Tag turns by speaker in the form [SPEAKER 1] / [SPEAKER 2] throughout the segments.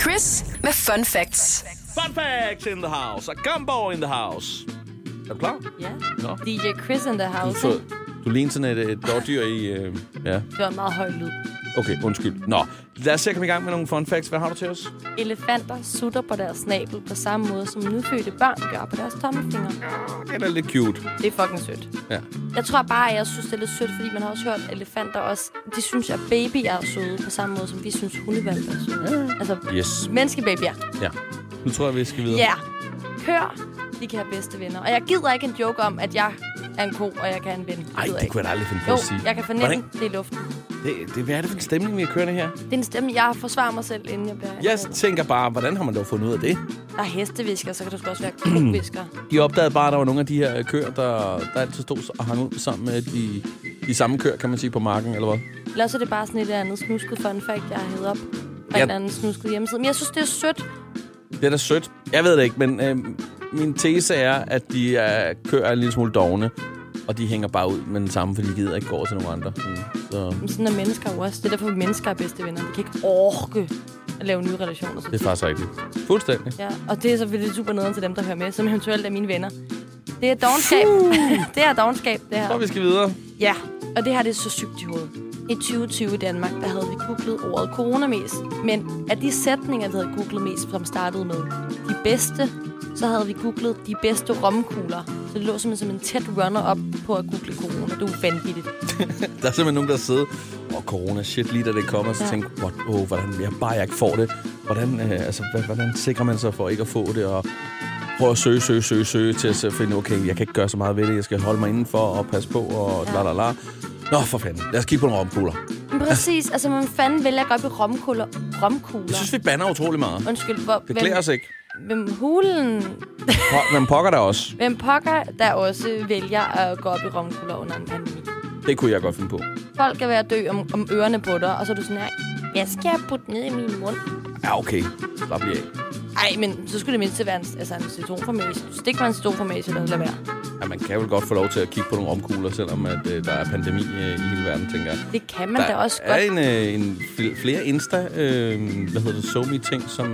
[SPEAKER 1] Chris med Fun Facts.
[SPEAKER 2] Fun facts in the house, og Gumball in the house. Er du klar?
[SPEAKER 3] Ja.
[SPEAKER 2] Nå.
[SPEAKER 3] DJ Chris in the
[SPEAKER 2] Du,
[SPEAKER 3] house.
[SPEAKER 2] så, du ligner sådan et, et dårdyr i... Øh, ja,
[SPEAKER 3] Det var en meget høj lyd.
[SPEAKER 2] okay, undskyld. Nå, lad os se at komme i gang med nogle fun facts. Hvad har du til os?
[SPEAKER 3] Elefanter sutter på deres snabel på samme måde, som nyfødte børn gør på deres tommelfingre.
[SPEAKER 2] Den er lidt cute.
[SPEAKER 3] Det er fucking sødt.
[SPEAKER 2] Ja.
[SPEAKER 3] Jeg tror bare, at jeg synes, det er lidt sødt, fordi man har også hørt, at elefanter også... De synes, at babyer er søde på samme måde, som vi synes, hundevalg er søde. Altså,
[SPEAKER 2] Yes.
[SPEAKER 3] menneskebabyer.
[SPEAKER 2] Ja. Nu tror jeg, vi skal videre.
[SPEAKER 3] Ja. Hør, de kan have bedste venner. Og jeg gider ikke en joke om, at jeg er en ko, og jeg kan have en ven.
[SPEAKER 2] Ej,
[SPEAKER 3] gider
[SPEAKER 2] det kunne jeg da aldrig finde på
[SPEAKER 3] Jo,
[SPEAKER 2] at sige.
[SPEAKER 3] jeg kan fornemme,
[SPEAKER 2] Hvordan?
[SPEAKER 3] det er luften.
[SPEAKER 2] Det, det, hvad er det for en stemning, vi har kørende her?
[SPEAKER 3] Det er en stemme, jeg forsvarer mig selv, inden jeg bliver...
[SPEAKER 2] Jeg
[SPEAKER 3] anmeldt.
[SPEAKER 2] tænker bare, hvordan har man dog fundet ud af det?
[SPEAKER 3] Der er hestevisker, så kan du sgu også være krogvisker.
[SPEAKER 2] De opdagede bare, at der var nogle af de her øh, køer, der, der altid stod og hang ud sammen med de, de samme køer, kan man sige, på marken, eller hvad?
[SPEAKER 3] Eller også er det bare sådan et eller andet snusket fun fact, jeg har hævet op på
[SPEAKER 2] Ja.
[SPEAKER 3] ja. en anden snusket hjemmeside. Men jeg synes, det er sødt.
[SPEAKER 2] Det er da sødt. Jeg ved det ikke, men øh, min tese er, at de er, køer er en lille smule dogne, og de hænger bare ud med den samme, fordi de gider ikke gå over til nogen andre. Mm, Så
[SPEAKER 3] Men sådan er mennesker jo også. Det er derfor, mennesker er bedste venner. Vi kan ikke orke at lave nye relationer. Så
[SPEAKER 2] det er faktisk rigtigt. Fuldstændig.
[SPEAKER 3] Ja, og det er selvfølgelig super nederen til dem, der hører med, som eventuelt er mine venner. Det er dogenskab. det er dogenskab, det
[SPEAKER 2] Så
[SPEAKER 3] her.
[SPEAKER 2] vi skal videre.
[SPEAKER 3] Ja, og det her det er så sygt i hovedet. I 2020 i Danmark, der havde vi googlet ordet corona mest. Men af de sætninger, vi havde googlet mest, som startede med de bedste, så havde vi googlet de bedste romkugler. Så det lå simpelthen som en tæt runner-up på at google corona. Det var vanvittigt.
[SPEAKER 2] Der er simpelthen nogen, der sidder og corona shit lige da det kommer, og så
[SPEAKER 3] Ja.
[SPEAKER 2] tænker, what, oh, hvordan, jeg bare jeg ikke får det. Hvordan, øh, altså, hva- hvordan sikrer man sig for ikke at få det, og prøver at søge, søge, søge, søge, til at så finde, okay, jeg kan ikke gøre så meget ved det, jeg skal holde mig indenfor og passe på, og la la la. Nå, for fanden, lad os kigge på nogle romkugler.
[SPEAKER 3] Men præcis, altså man fanden vælger at gå op i romkugler. romkugler.
[SPEAKER 2] Jeg synes, vi banner utrolig meget.
[SPEAKER 3] Undskyld, hvor,
[SPEAKER 2] Det klæder os ikke.
[SPEAKER 3] hvem hulen
[SPEAKER 2] Po- Men pokker der også.
[SPEAKER 3] Hvem pokker, der også vælger at gå op i romkugler under en pandemi.
[SPEAKER 2] Det kunne jeg godt finde på.
[SPEAKER 3] Folk er ved at dø om, om ørerne på dig, og så er du sådan her, hvad skal jeg putte ned i min mund?
[SPEAKER 2] Ja, okay. Slap lige af.
[SPEAKER 3] Ej, men så skulle det mindst være en, altså en citronformage. Stik mig en citronformage, eller lad være.
[SPEAKER 2] Ja, man kan vel godt få lov til at kigge på nogle romkugler, selvom at, øh, der er pandemi øh, i hele verden, tænker jeg.
[SPEAKER 3] Det kan man da også
[SPEAKER 2] er
[SPEAKER 3] godt.
[SPEAKER 2] en, øh, en fl- flere Insta, øh, hvad hedder det, somi ting som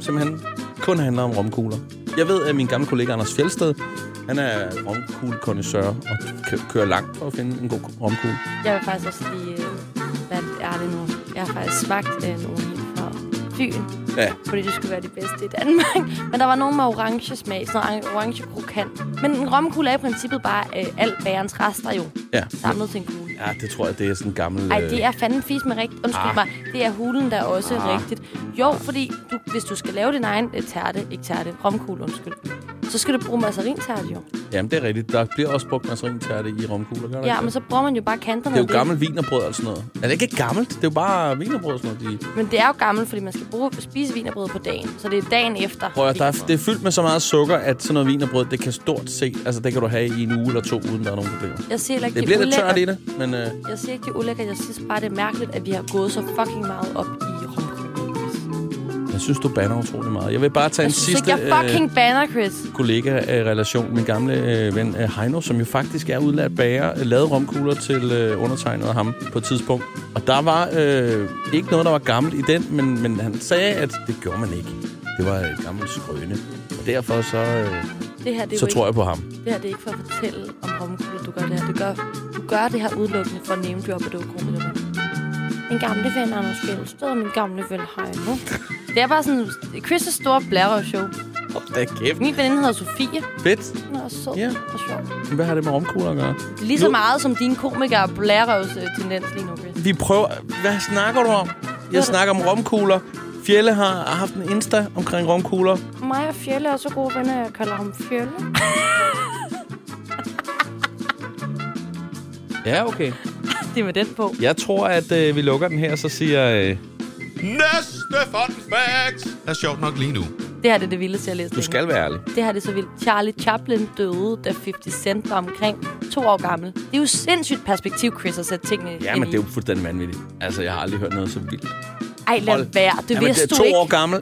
[SPEAKER 2] simpelthen kun handler om romkugler. Jeg ved, at min gamle kollega Anders Fjelsted, han er romkuglekonnoisseur og kø- kører langt for at finde en god romkugle.
[SPEAKER 3] Jeg vil faktisk også lige... Øh, hvad er det nu? Jeg har faktisk smagt øh, nogle helt fra Fyn,
[SPEAKER 2] Ja,
[SPEAKER 3] fordi det skulle være det bedste i Danmark. Men der var nogen med orange smag, sådan noget orange krokant. Men en romkugle er i princippet bare øh, alt bærens rester jo,
[SPEAKER 2] ja.
[SPEAKER 3] samlet til en kugle.
[SPEAKER 2] Ja, det tror jeg, det er sådan en gammel...
[SPEAKER 3] Ej,
[SPEAKER 2] øh,
[SPEAKER 3] det er fandme fisk med rigtigt. Undskyld
[SPEAKER 2] Ah.
[SPEAKER 3] ah. mig. Det er hulen, der er også ah. rigtigt. Jo, fordi du, hvis du skal lave din egen øh, tærte, ikke tærte, romkugle, undskyld, så skal du bruge mazarintærte jo.
[SPEAKER 2] Jamen, det er rigtigt. Der bliver også brugt masserinkærte i romkugler, gør der
[SPEAKER 3] Ja,
[SPEAKER 2] ikke
[SPEAKER 3] men så bruger man jo bare kanterne.
[SPEAKER 2] Det er
[SPEAKER 3] af
[SPEAKER 2] jo gammelt vinerbrød og sådan noget. Er det ikke gammelt? Det er jo bare vinerbrød og sådan noget. De...
[SPEAKER 3] Men det er jo gammelt, fordi man skal bruge, spise vinerbrød på dagen. Så det er dagen efter.
[SPEAKER 2] Prøv at, der er, det er fyldt med så meget sukker, at sådan noget vinerbrød, det kan stort set... Altså, det kan du have i en uge eller to, uden der er nogen problemer.
[SPEAKER 3] Jeg siger heller ikke,
[SPEAKER 2] Det
[SPEAKER 3] er
[SPEAKER 2] bliver lidt tørt i
[SPEAKER 3] ulækkert.
[SPEAKER 2] det, men øh,
[SPEAKER 3] Jeg siger ikke, det er ulækkert. Jeg synes bare, det er mærkeligt, at vi har gået så fucking meget op i romkugle.
[SPEAKER 2] jeg synes, du banner utrolig meget. Jeg vil bare tage
[SPEAKER 3] Jeg
[SPEAKER 2] en
[SPEAKER 3] synes
[SPEAKER 2] sidste
[SPEAKER 3] ikke, jeg fucking banner, Chris.
[SPEAKER 2] øh, kollega-relation. Min gamle øh, ven øh, Heino, som jo faktisk er udlært bager, øh, lavede romkugler til øh, undertegnet af ham på et tidspunkt. Og der var øh, ikke noget, der var gammelt i den, men, men han sagde, at det gjorde man ikke. Det var et gammelt skrøne. Og derfor så, øh,
[SPEAKER 3] Det her, det er
[SPEAKER 2] så
[SPEAKER 3] jo
[SPEAKER 2] tror jeg på ham.
[SPEAKER 3] Det her det er ikke for at fortælle om romkugler, du gør det her. Du gør, du gør det her udelukkende for at nævne job og døvkomikere. Min gamle ven Anders Fjeldsted og min gamle ven Heino. Det er bare sådan Chris' store blærerøvshow.
[SPEAKER 2] Hold da kæft.
[SPEAKER 3] Min veninde hedder Sofie.
[SPEAKER 2] Fedt.
[SPEAKER 3] Hun er også sød
[SPEAKER 2] Ja.
[SPEAKER 3] og sjov.
[SPEAKER 2] Men Hvad har det med romkugler at gøre?
[SPEAKER 3] Det er lige så
[SPEAKER 2] Nu-
[SPEAKER 3] meget som dine komikere blærerøvs øh, tendens lige nu, Chris.
[SPEAKER 2] Vi prøver... Hvad snakker du om? Jeg snakker om romkugler. Fjelle har har haft en Insta omkring romkugler.
[SPEAKER 3] Mig og Fjelle er så gode venner, jeg kalder ham Fjelle.
[SPEAKER 2] Ja, okay.
[SPEAKER 3] Det er med den på.
[SPEAKER 2] Jeg tror, at øh, vi lukker den her, og så siger... Øh,
[SPEAKER 4] Næste fun fact er sjovt nok lige nu.
[SPEAKER 3] Det her det er det vildeste, jeg læste.
[SPEAKER 2] du skal være ærlig.
[SPEAKER 3] Det her det er så vildt. Charlie Chaplin døde, da 50 Cent var omkring to år gammel. Det er jo sindssygt perspektiv, Chris, at sætte tingene
[SPEAKER 2] Ja,
[SPEAKER 3] ind
[SPEAKER 2] men det er
[SPEAKER 3] i.
[SPEAKER 2] jo fuldstændig vanvittigt. Altså, jeg har aldrig hørt noget så vildt.
[SPEAKER 3] Ej, lad
[SPEAKER 2] Hold-
[SPEAKER 3] være. Det
[SPEAKER 2] Jamen,
[SPEAKER 3] vidste
[SPEAKER 2] det er
[SPEAKER 3] du
[SPEAKER 2] to
[SPEAKER 3] ikke.
[SPEAKER 2] år gammel.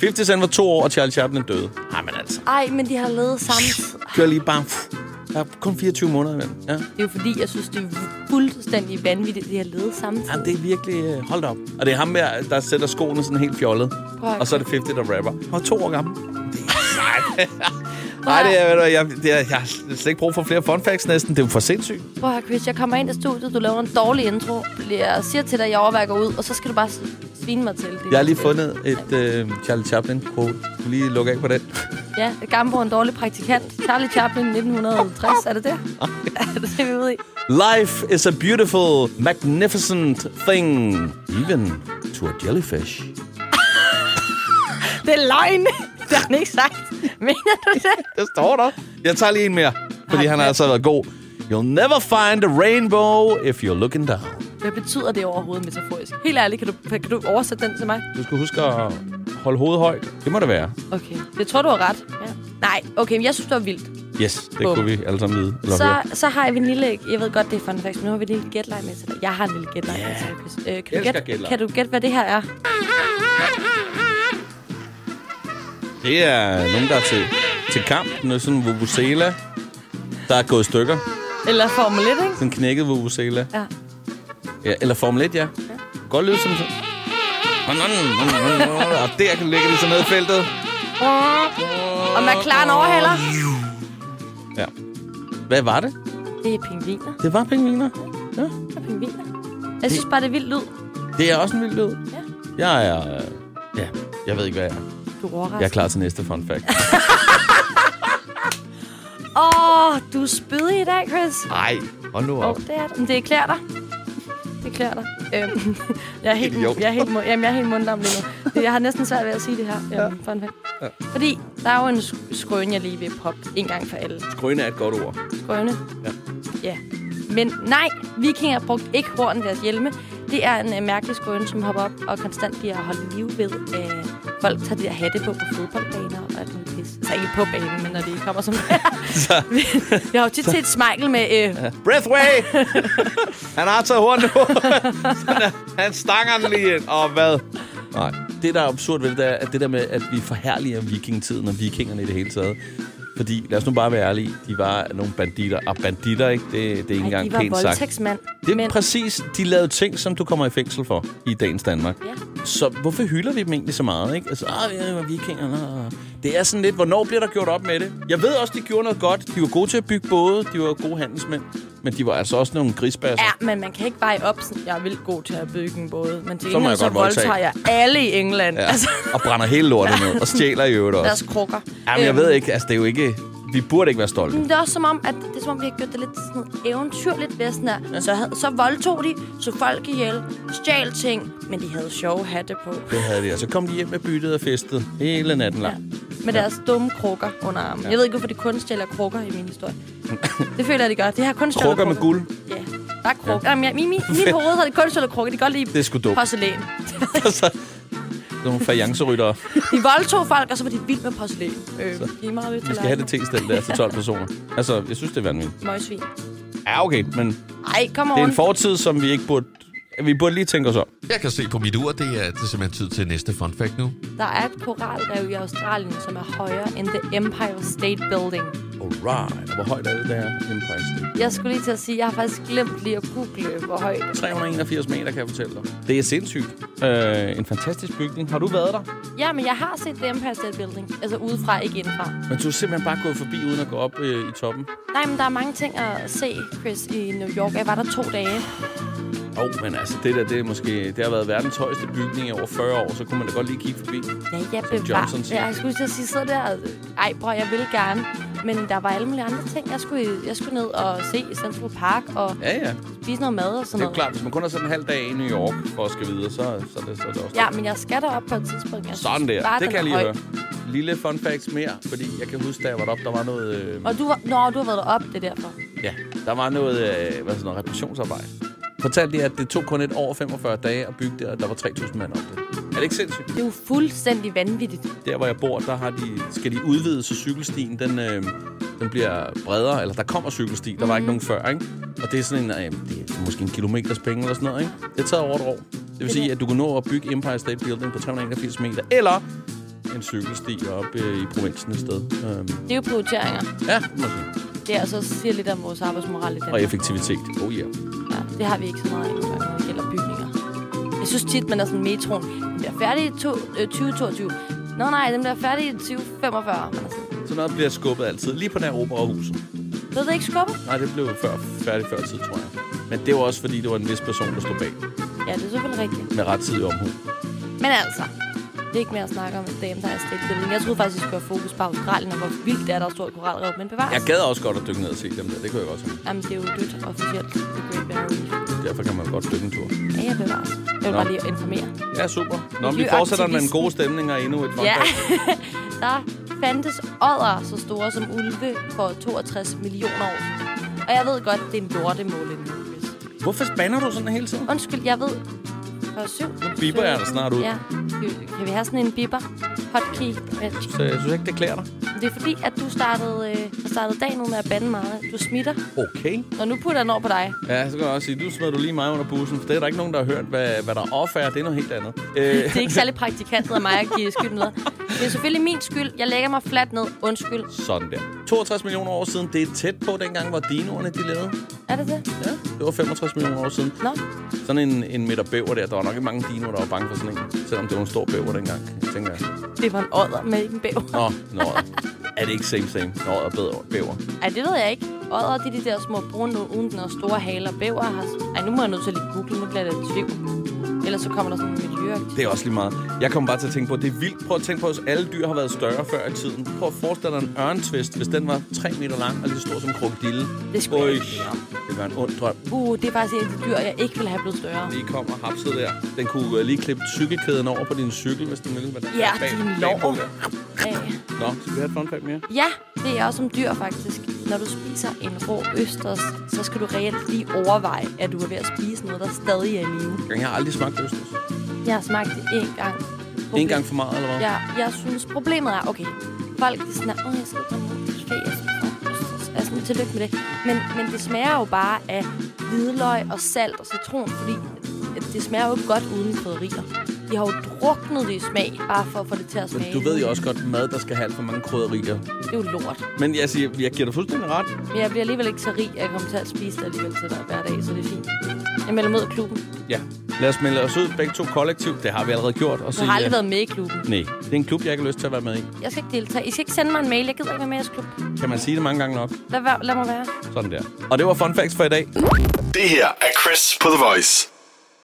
[SPEAKER 2] 50 Cent var to år, og Charlie Chaplin døde. Nej, men altså.
[SPEAKER 3] Ej, men de har levet sammen.
[SPEAKER 2] Kør lige bare... Jeg har kun 24 måneder imellem. Ja.
[SPEAKER 3] Det er jo fordi, jeg synes, det er fuldstændig vanvittigt, at de har levet samtidig.
[SPEAKER 2] Jamen, det er virkelig... øh, Hold da op. Og det er ham der, der sætter skoene sådan helt fjollet.
[SPEAKER 3] Prøv at-
[SPEAKER 2] Og så er det 50, der rapper. Han var to år gammel. Nej, Nej, det er, ved du, jeg, det er, jeg har slet ikke brug for flere fun facts næsten. Det er jo for sindssygt.
[SPEAKER 3] Prøv at høre, Chris, jeg kommer ind i studiet, du laver en dårlig intro, bliver, siger til dig, at jeg overvejer at gå ud, og så skal du bare svine mig til. Det er
[SPEAKER 2] Jeg har lige
[SPEAKER 3] det.
[SPEAKER 2] fundet et øh, Charlie Chaplin-quote. Du lige lukke af på den.
[SPEAKER 3] Ja, Gambo er en dårlig praktikant. Charlie Chaplin 1960, er det det?
[SPEAKER 2] Ah.
[SPEAKER 3] er det det, vi er ude i?
[SPEAKER 2] Life is a beautiful, magnificent thing. Even to a jellyfish.
[SPEAKER 3] Det er løgn! det har han ikke sagt. Mener du det?
[SPEAKER 2] Det står der. Jeg tager lige en mere, fordi
[SPEAKER 3] Ej,
[SPEAKER 2] han har
[SPEAKER 3] ja.
[SPEAKER 2] altså været god. You'll never find a rainbow if you're looking down.
[SPEAKER 3] Hvad betyder det overhovedet metaforisk? Helt ærligt, kan du, kan du oversætte den til mig?
[SPEAKER 2] Du skal huske at holde hovedet højt. Det må det være.
[SPEAKER 3] Okay, det tror du har ret. Ja. Nej, okay, men jeg synes, det var vildt.
[SPEAKER 2] Yes, det
[SPEAKER 3] Bum.
[SPEAKER 2] kunne vi alle sammen vide. Eller høre.
[SPEAKER 3] Så, så har vi en lille... Jeg ved godt, det er fun fact, men nu har vi en lille gætleg med til dig. Jeg har en lille gætleg med til dig, Chris. Øh, kan, du
[SPEAKER 2] Elsker
[SPEAKER 3] gætte,
[SPEAKER 2] gætleger.
[SPEAKER 3] kan du gætte, hvad det her er?
[SPEAKER 2] Det er nogen, der er til, til kamp. Noget sådan en vuvuzela, der er gået i stykker.
[SPEAKER 3] Eller Formel 1, ikke?
[SPEAKER 2] Sådan en knækket vuvuzela.
[SPEAKER 3] Ja.
[SPEAKER 2] Ja, eller Formel 1, ja. Godt lyde som sådan. Og der ligger de så nede i feltet.
[SPEAKER 3] Og McLaren overhaler.
[SPEAKER 2] Ja. Hvad var det?
[SPEAKER 3] Det er pingviner.
[SPEAKER 2] Det var pingviner. Ja.
[SPEAKER 3] Det er pingviner. Jeg synes bare, det er vildt lyd.
[SPEAKER 2] Det er også en vild lyd.
[SPEAKER 3] Ja.
[SPEAKER 2] Jeg er... øh, Ja, jeg ved ikke, hvad jeg er.
[SPEAKER 3] Du er
[SPEAKER 2] Jeg er
[SPEAKER 3] overrasket.
[SPEAKER 2] klar til næste fun fact.
[SPEAKER 3] Åh, oh, du er spydig i dag, Chris.
[SPEAKER 2] Nej, hold nu
[SPEAKER 3] Åh,
[SPEAKER 2] op.
[SPEAKER 3] oh, det er det. Men det klæder dig. Det klæder dig. Øhm, jeg er helt,
[SPEAKER 2] Idiot.
[SPEAKER 3] jeg er helt, mu- jamen, jeg er helt mundlam lige nu. Det- Jeg har næsten svært ved at sige det her. Øhm, ja. Fun fact. Ja. Fordi der er jo en sk- skrøne, jeg lige vil poppe en gang for alle.
[SPEAKER 2] Grønne er et godt ord.
[SPEAKER 3] Skrøne.
[SPEAKER 2] Ja.
[SPEAKER 3] Ja. Men nej, vikinger brugte ikke horn i deres hjelme. Det er en øh, mærkelig skrøne, som hopper op og konstant bliver holdt i live ved. Øh, folk tager de der hatte på på fodboldbaner og alt muligt pis. Altså ikke på banen, men når de kommer som... jeg har jo tit set Smeichel med... Øh,
[SPEAKER 2] Breathway! han har taget horn nu. han stanger den lige ind. Og hvad? Nej. Det, der er absurd ved det, det er at det der med, at vi forherliger vikingetiden og vikingerne i det hele taget. Fordi, lad os nu bare være ærlige, de var nogle banditter. Og banditter, ikke? Det, det er ikke
[SPEAKER 3] Ej,
[SPEAKER 2] engang
[SPEAKER 3] de var
[SPEAKER 2] pænt sagt.
[SPEAKER 3] voldtægtsmand.
[SPEAKER 2] Det er
[SPEAKER 3] men,
[SPEAKER 2] præcis, de lavede ting, som du kommer i fængsel for i dagens Danmark.
[SPEAKER 3] Ja.
[SPEAKER 2] Så hvorfor hylder vi dem egentlig så meget, ikke? Altså, ah, ja, det var vikingerne. ah." Det er sådan lidt, hvornår bliver der gjort op med det? Jeg ved også, de gjorde noget godt. De var gode til at bygge både. De var gode handelsmænd. Men de var altså også nogle grisbasser.
[SPEAKER 3] ja, men man kan ikke veje op sådan, jeg er vildt god til at bygge en båd, men til
[SPEAKER 2] Så må
[SPEAKER 3] gengæld
[SPEAKER 2] jeg
[SPEAKER 3] så
[SPEAKER 2] godt voldtage.
[SPEAKER 3] voldtager jeg alle i England. Ja. Altså,
[SPEAKER 2] Og brænder hele lortet ned. Og stjæler i øvrigt
[SPEAKER 3] deres
[SPEAKER 2] også.
[SPEAKER 3] krukker.
[SPEAKER 2] Jamen, jeg
[SPEAKER 3] Øhm,
[SPEAKER 2] ved ikke. Altså, det er jo ikke... Vi burde ikke være stolte.
[SPEAKER 3] Men det er også som om, at det er som om, vi har gjort det lidt sådan eventyrligt ved sådan her. Så, havde, så voldtog de, så folk ihjel, stjal ting, men de havde sjove hatte på.
[SPEAKER 2] Det havde de. Og så kom de hjem med byttet og festet hele natten lang.
[SPEAKER 3] Med deres dumme krukker under armen. Ja. Jeg ved ikke, hvorfor de kun stjæler krukker i min historie. det føler jeg, de gør. Det har kun stjålet
[SPEAKER 2] Krukker med guld.
[SPEAKER 3] Ja, bare krukker. Ja. Jamen, jeg, i, min, i mit hoved har det kun stjålet krukker. De kan godt lide
[SPEAKER 2] Det er sgu dumt.
[SPEAKER 3] porcelæn.
[SPEAKER 2] Så- Nogle fajanceryttere.
[SPEAKER 3] De voldtog folk, og så var de vildt med porcelæn. Øh, de er meget vildt
[SPEAKER 2] Vi skal have det testel der til 12 personer. Altså, jeg synes, det er vanvittigt.
[SPEAKER 3] Møgsvin.
[SPEAKER 2] Ja, okay, men det
[SPEAKER 3] Ej, kom on.
[SPEAKER 2] er en fortid, som vi ikke burde... Vi burde lige tænke os om.
[SPEAKER 4] Jeg kan se på mit ur, det er, det er simpelthen tid til næste fun fact nu.
[SPEAKER 3] Der er et koralrev i Australien, som er højere end The Empire State Building.
[SPEAKER 2] Alright. Hvor højt er det der Empire State?
[SPEAKER 3] Jeg skulle lige til at sige, at jeg har faktisk glemt lige at google, hvor højt.
[SPEAKER 2] 381 meter, kan jeg fortælle dig. Det er sindssygt. Øh, en fantastisk bygning. Har du været der?
[SPEAKER 3] Ja, men jeg har set The Empire State Building. Altså udefra, ikke indefra.
[SPEAKER 2] Men du er simpelthen bare gået forbi, uden at gå op øh, i toppen.
[SPEAKER 3] Nej, men der er mange ting at se, Chris, i New York. Jeg var der to dage.
[SPEAKER 2] Åh, oh, men altså, det der, det er måske... Det har været verdens højeste bygning i over 40 år, så kunne man da godt lige kigge forbi.
[SPEAKER 3] Ja, jeg
[SPEAKER 2] Som Johnson
[SPEAKER 3] bevar.
[SPEAKER 2] siger.
[SPEAKER 3] Ja, jeg skulle til at sige, så der. og- Ej, bror, jeg vil gerne. Men der var alle mulige andre ting. Jeg skulle, jeg skulle ned og se Central Park og
[SPEAKER 2] Ja, ja.
[SPEAKER 3] spise noget mad og sådan
[SPEAKER 2] Det er jo
[SPEAKER 3] noget.
[SPEAKER 2] klart, hvis man kun har sådan en halv dag i New York for at skal videre, så, så, er, det, så er det også
[SPEAKER 3] Ja, men jeg skal derop på et tidspunkt. Jeg
[SPEAKER 2] Sådan
[SPEAKER 3] synes
[SPEAKER 2] der.
[SPEAKER 3] bare,
[SPEAKER 2] det
[SPEAKER 3] den
[SPEAKER 2] kan jeg lige
[SPEAKER 3] er høj.
[SPEAKER 2] høre. Lille fun facts mere, fordi jeg kan huske, da jeg var deroppe, der var noget... Øh,
[SPEAKER 3] Og du var, nå, du har været deroppe, det er derfor.
[SPEAKER 2] ja, der var noget, øh, hvad sådan noget reparationsarbejde. Fortalte de, at det tog kun et år og 45 dage at bygge det, og der var 3.000 mand op det. Er det ikke sindssygt?
[SPEAKER 3] Det er jo fuldstændig vanvittigt.
[SPEAKER 2] Der, hvor jeg bor, der har de, skal de udvide, så cykelstien den, øh, den bliver bredere. Eller der kommer cykelsti, der var ikke nogen før, ikke? Og det er sådan en, øh, det er måske en kilometers penge eller sådan noget, ikke? Det tager over et år. Det vil sige, at du kan nå at bygge Empire State Building på 381 meter, eller en cykelsti op øh, i provinsen et sted. Øhm,
[SPEAKER 3] Det er jo prioriteringer.
[SPEAKER 2] Ja, det må jeg sige.
[SPEAKER 3] Det er altså siger lidt om vores arbejdsmoral i Danmark.
[SPEAKER 2] og effektivitet. Oh yeah.
[SPEAKER 3] Ja, det har vi ikke så meget af, når det gælder bygninger. Jeg synes tit, man er sådan metroen. Den bliver færdig i to, øh, 2022. Nå nej, den bliver færdig i 2045. Man er sådan,
[SPEAKER 2] Sådan noget bliver skubbet altid. Lige på nær operahuset.
[SPEAKER 3] Ved det ikke skubbet?
[SPEAKER 2] Nej, det blev før, færdig før tid, tror jeg. Men det var også, fordi det var en vis person, der stod bag
[SPEAKER 3] Ja, det er selvfølgelig rigtigt.
[SPEAKER 2] med rettidig omhu.
[SPEAKER 3] Men altså, det er ikke mere at snakke om dem, der er stikstillingen. Jeg troede faktisk, vi skulle have fokus på Australien, og hvor vildt det er, der er et stort koralrev, men bevares.
[SPEAKER 2] Jeg gad også godt at dykke ned og se dem der. Det kunne jeg godt tænke.
[SPEAKER 3] Jamen, det er jo dødt officielt. The Great Barrier Reef.
[SPEAKER 2] Derfor kan man godt dykke en tur.
[SPEAKER 3] Ja, jeg bevares. Jeg vil
[SPEAKER 2] Nå.
[SPEAKER 3] bare lige informere.
[SPEAKER 2] Ja, super. Nå, men vi
[SPEAKER 3] Miljøaktivisten.
[SPEAKER 2] fortsætter med en god stemning og endnu et fun
[SPEAKER 3] Ja.
[SPEAKER 2] fact.
[SPEAKER 3] der fandtes ådder så store som ulve for 62 millioner år. siden. Og jeg ved godt, det er en lortemåling. Lukas.
[SPEAKER 2] Hvorfor spander du sådan hele tiden?
[SPEAKER 3] Undskyld, jeg ved. For syv.
[SPEAKER 2] Nu biber jeg dig snart ud.
[SPEAKER 3] Ja. Kan- Kan vi have sådan en biber? Hotkey.
[SPEAKER 2] Så jeg synes ikke, det klæder dig.
[SPEAKER 3] Det er fordi, at du startede, øh, startede dagen ud med at bande meget. Du smitter,
[SPEAKER 2] Okay.
[SPEAKER 3] og nu putter jeg den over på dig.
[SPEAKER 2] Ja, så kan jeg også sige, du smed du lige mig under bussen, for det er der ikke nogen, der har hørt, hvad, hvad der er off er. Det er noget helt andet. Øh,
[SPEAKER 3] Det er ikke særlig praktikantet af mig at give skylden med. Det er selvfølgelig min skyld. Jeg lægger mig fladt ned. Undskyld.
[SPEAKER 2] sådan der. 62 millioner år siden, det er tæt på dengang, hvor dinoerne de levede.
[SPEAKER 3] Er det det?
[SPEAKER 2] Ja, det var 65 millioner år siden.
[SPEAKER 3] Nå.
[SPEAKER 2] Sådan en, en meter bæver der. Der var nok ikke mange dinoer, der var bange for sådan en. Selvom det var en stor bæver dengang, tænker jeg.
[SPEAKER 3] Det var en ådder med ikke en bæver.
[SPEAKER 2] Nå, nå. er det ikke same same? Nå, er bedre bæver.
[SPEAKER 3] Ej, det ved jeg ikke. Odder, de, er de der små brune nogen uden den og store haler. Bæver har... Ej, nu må jeg nødt til at lige google, nu bliver det tvivl. Ellers så kommer der sådan en miljø.
[SPEAKER 2] Det er også lige meget. Jeg kommer bare til at tænke på, at det er vildt. Prøv at tænke på, at alle dyr har været større før i tiden. Prøv at forestille dig en ørntvist, hvis den var 3 meter lang og lige så stor som en krokodille.
[SPEAKER 3] Det skulle jeg
[SPEAKER 2] Øj,
[SPEAKER 3] ikke bede om.
[SPEAKER 2] Det var en ond drøm.
[SPEAKER 3] Uh, det er faktisk en af de dyr, jeg ikke vil have blevet større.
[SPEAKER 2] Lige kom og hapsede der. Den kunne øh, lige klippe cykelkæden over på din cykel, hvis den ville. Hvad der
[SPEAKER 3] Ja,
[SPEAKER 2] er bag-
[SPEAKER 3] din
[SPEAKER 2] bagpå
[SPEAKER 3] lår.
[SPEAKER 2] der.
[SPEAKER 3] Ja, ja.
[SPEAKER 2] Nå, skal vi have et fun fact mere?
[SPEAKER 3] ja, det er også om dyr faktisk. Når du spiser en rå østers, så skal du reelt lige overveje, at du er ved at spise noget, der stadig er i live.
[SPEAKER 2] Jeg har aldrig smagt østers.
[SPEAKER 3] Jeg har smagt det én gang.
[SPEAKER 2] En gang for meget, eller hvad?
[SPEAKER 3] Ja, jeg synes, problemet er, okay, folk de sådan, åh, jeg skal på en buffet, jeg skal på en buffet." altså, tillykke med det. Men, men det smager jo bare af hvidløg og salt og citron, fordi det smager jo ikke godt uden krydderier. De har jo druknet det i smag, bare for at få det til at
[SPEAKER 2] Men
[SPEAKER 3] smage.
[SPEAKER 2] du ved jo også godt, mad, der skal have alt for mange krydderier.
[SPEAKER 3] Det er jo lort.
[SPEAKER 2] Men jeg, siger, jeg giver dig fuldstændig ret.
[SPEAKER 3] Men jeg bliver alligevel ikke så rig, at jeg kommer til at spise det alligevel til dig hver dag, så det er fint. Jeg melder mod klubben.
[SPEAKER 2] Ja. Lad os melde os ud begge to kollektivt. Det har vi allerede gjort. Og øh,
[SPEAKER 3] Jeg har aldrig været med i klubben.
[SPEAKER 2] Nej, det er en klub, jeg ikke har lyst til at være med i.
[SPEAKER 3] Jeg skal ikke deltage. I skal ikke sende mig en mail. Jeg gider ikke være med i jeres klub.
[SPEAKER 2] Kan man sige det mange gange nok?
[SPEAKER 3] Lad, være- lad mig være.
[SPEAKER 2] Sådan der. Og det var fun facts for i dag.
[SPEAKER 5] Det her er Chris på The Voice.